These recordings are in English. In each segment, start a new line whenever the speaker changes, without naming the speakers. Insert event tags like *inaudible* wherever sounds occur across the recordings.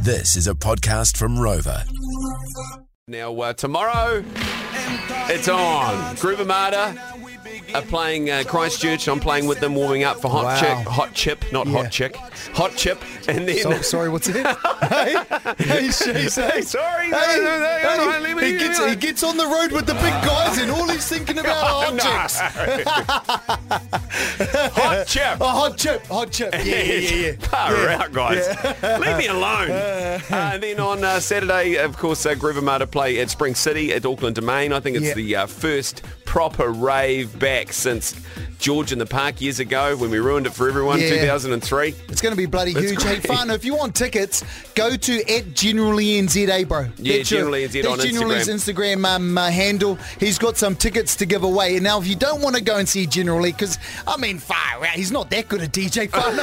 This is a podcast from Rover.
Now, uh, tomorrow, it's on. Groove Armada are playing uh, Christchurch. I'm playing with them, warming up for Hot
Wow.
Chick. Hot Chip, not
Yeah.
Hot Chick. Hot Chip. And then... *laughs*
So, sorry, what's it? hey, hey, she
Hey,
says.
sorry.
Hey,
no, no, no, no, no,
hey,
let me-
he, gets, he gets on the road with the big guys, and all he's thinking about are
*laughs* Oh, no.
objects.
Hot
*laughs*
Chip.
A Oh, hot chip,
*laughs*
hot chip. Yeah, yeah, yeah. yeah.
Far out, guys. Leave me
*laughs*
alone. Uh, and then on uh, Saturday, of course, uh, Groove Armada play at Spring City at Auckland Domain. I think it's
Yeah.
the uh, first proper rave back since George in the Park years ago when we ruined it for everyone,
Yeah.
2003.
It's going to be bloody
It's
huge. Hey,
great.
fun. If you want tickets, go to at generally NZA, bro.
Yeah,
That's your-
Generally NZ
that's
on
generally his Instagram um, uh, handle. He's got some tickets to give away. And now, if you don't want to go and see generally, because I mean, far out, he's not that good a DJ. Fun.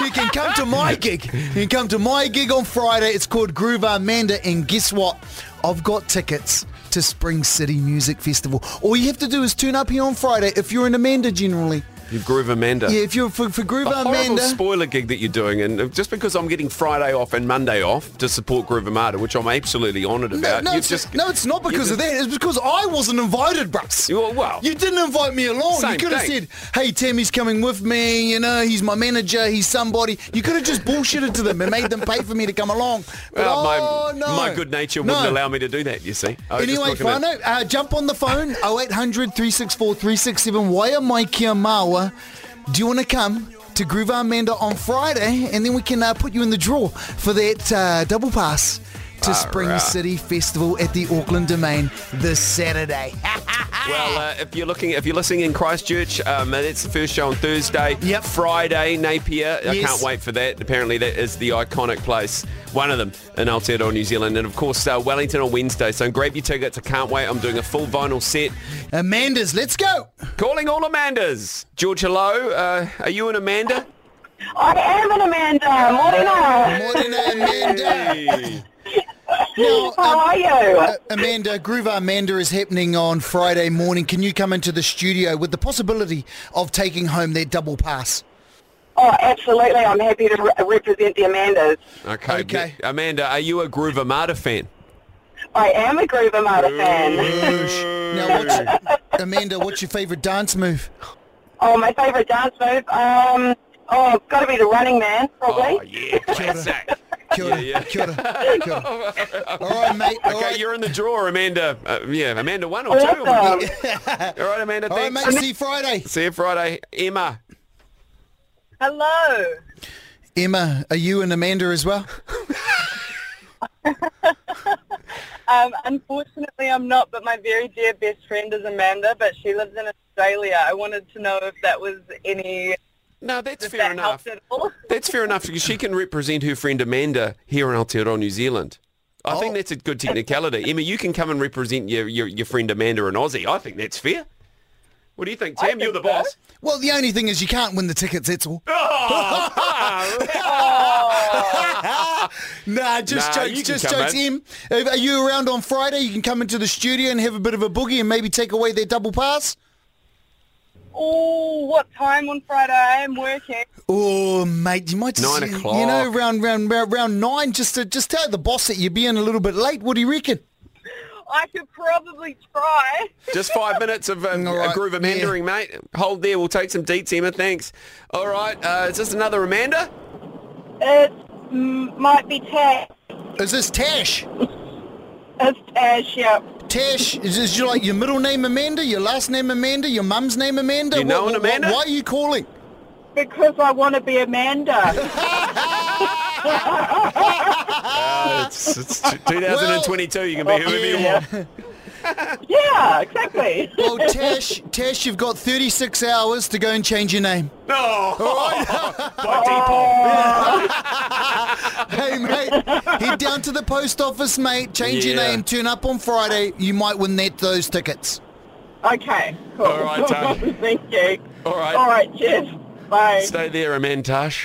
*laughs*
you can come to my gig. You can come to my gig on Friday. It's called Groove Armanda, and guess what? I've got tickets. To Spring City Music Festival. All you have to do is turn up here on Friday if you're in Amanda generally.
You Groove Amanda.
Yeah, if you're for, for Groove
The Uh, horrible
Amanda.
spoiler gig that you're doing, and uh, just because I'm getting Friday off and Monday off to support Groove Armada, which I'm absolutely honoured
No,
about,
no,
you've
it's,
just
no, it's not because of that. It's because I wasn't invited, Bruce.
You- well-
you didn't invite me along. You
Same
could have
thing.
said, "Hey, Tammy's coming with me. You know, he's my manager. He's somebody." You could have just bullshitted to them and made them pay for me to come along. But,
Well, my,
oh, no.
my good nature
No.
wouldn't allow me to do that, you see. I was just
Anyway,
looking at-
Fano, uh, jump on the phone
*laughs*
0800 364 367. Why am I Kia Mawa? Do you want to come to Groove Armanda on Friday? And then we can uh, put you in the draw for that uh, double pass to Spring
right.
City Festival at the Auckland Domain this Saturday.
Well, uh, if you're looking, if you're listening in Christchurch, um, that's the first show on Thursday.
Yep.
Friday, Napier. I
Yes.
can't wait for that. Apparently, that is the iconic place. One of them in Aotearoa, New Zealand, and of course uh, Wellington on Wednesday. So grab your tickets. I can't wait. I'm doing a full vinyl set.
Amanda's, let's go.
Calling all Amandas. George, hello. Uh, are you an Amanda?
I am an Amanda. Morena.
Morena, Amanda.
Hey.
Now,
How
um,
are you?
uh, Amanda, Groove Amanda is happening on Friday morning. Can you come into the studio with the possibility of taking home that double pass?
oh, absolutely. I'm happy to re- represent the Amandas.
Okay.
Okay.
Amanda, are you a Groove Armada fan?
I am a Groove Amanda fan.
Now, what's, Amanda, what's your favourite dance move?
oh, my favourite dance move. Um, oh, got to be the Running Man, probably.
Oh yeah, classic.
Kia ora,
Yeah, yeah. *laughs*
kia ora, kia ora. All right, mate. All
Okay,
right.
you're in the draw, Amanda. Uh, yeah, Amanda one or two.
Awesome.
*laughs* All right, Amanda.
All right,
Thanks.
mate. See you Friday.
See you Friday, Emma.
Hello.
Emma, are you and Amanda as well?
Um, unfortunately, I'm not, but my very dear best friend is Amanda, but she lives in Australia. I wanted to know if that was any,
No, that's
if
fair
that
enough.
helped at all.
That's fair enough because she can represent her friend Amanda here in Aotearoa, New Zealand. I think that's a good technicality. Emma, you can come and represent your, your, your friend Amanda in Aussie. I think that's fair. What do you think, Tam? You're the
so.
boss.
Well, the only thing is you can't win the tickets,
*laughs*
that's all. *laughs*
Ah,
Nah, just
Nah, you
jokes,
can
just
come,
jokes.
mate.
Em, if- are you around on Friday? You can come into the studio and have a bit of a boogie and maybe take away their double pass.
Oh, what time on Friday? I am working.
Oh, mate, you might just,
Nine
You know,
o'clock.
round, round, round, round nine, just to just tell the boss that you're being a little bit late. What do you reckon?
I could probably try.
Just five minutes of um,
All
a
right,
groove of
yeah.
mandering, mate. Hold there. We'll take some deets, Emma. Thanks. All right. Uh, is this another Amanda?
It mm, might be Tash.
Is this Tash?
It's Tash, uh, yeah.
Tash, is this your, like your middle name Amanda, your last name Amanda, your mum's name Amanda?
You know an Amanda?
why are you calling?
Because I want to
*laughs*
be Amanda.
Uh, *laughs* it's, it's 2022. you can be whoever you want.
yeah. *laughs* yeah, exactly.
Well, Tash, Tash, you've got 36 hours to go and change your name.
*laughs* No. By default.
Hey, mate, head down to the post office, mate. Change your
Yeah.
name. Turn up on Friday. You might win that those tickets.
Okay, cool.
All right, Tony.
*laughs* Thank you.
All right.
All right, cheers. Bye.
Stay there, Amantash.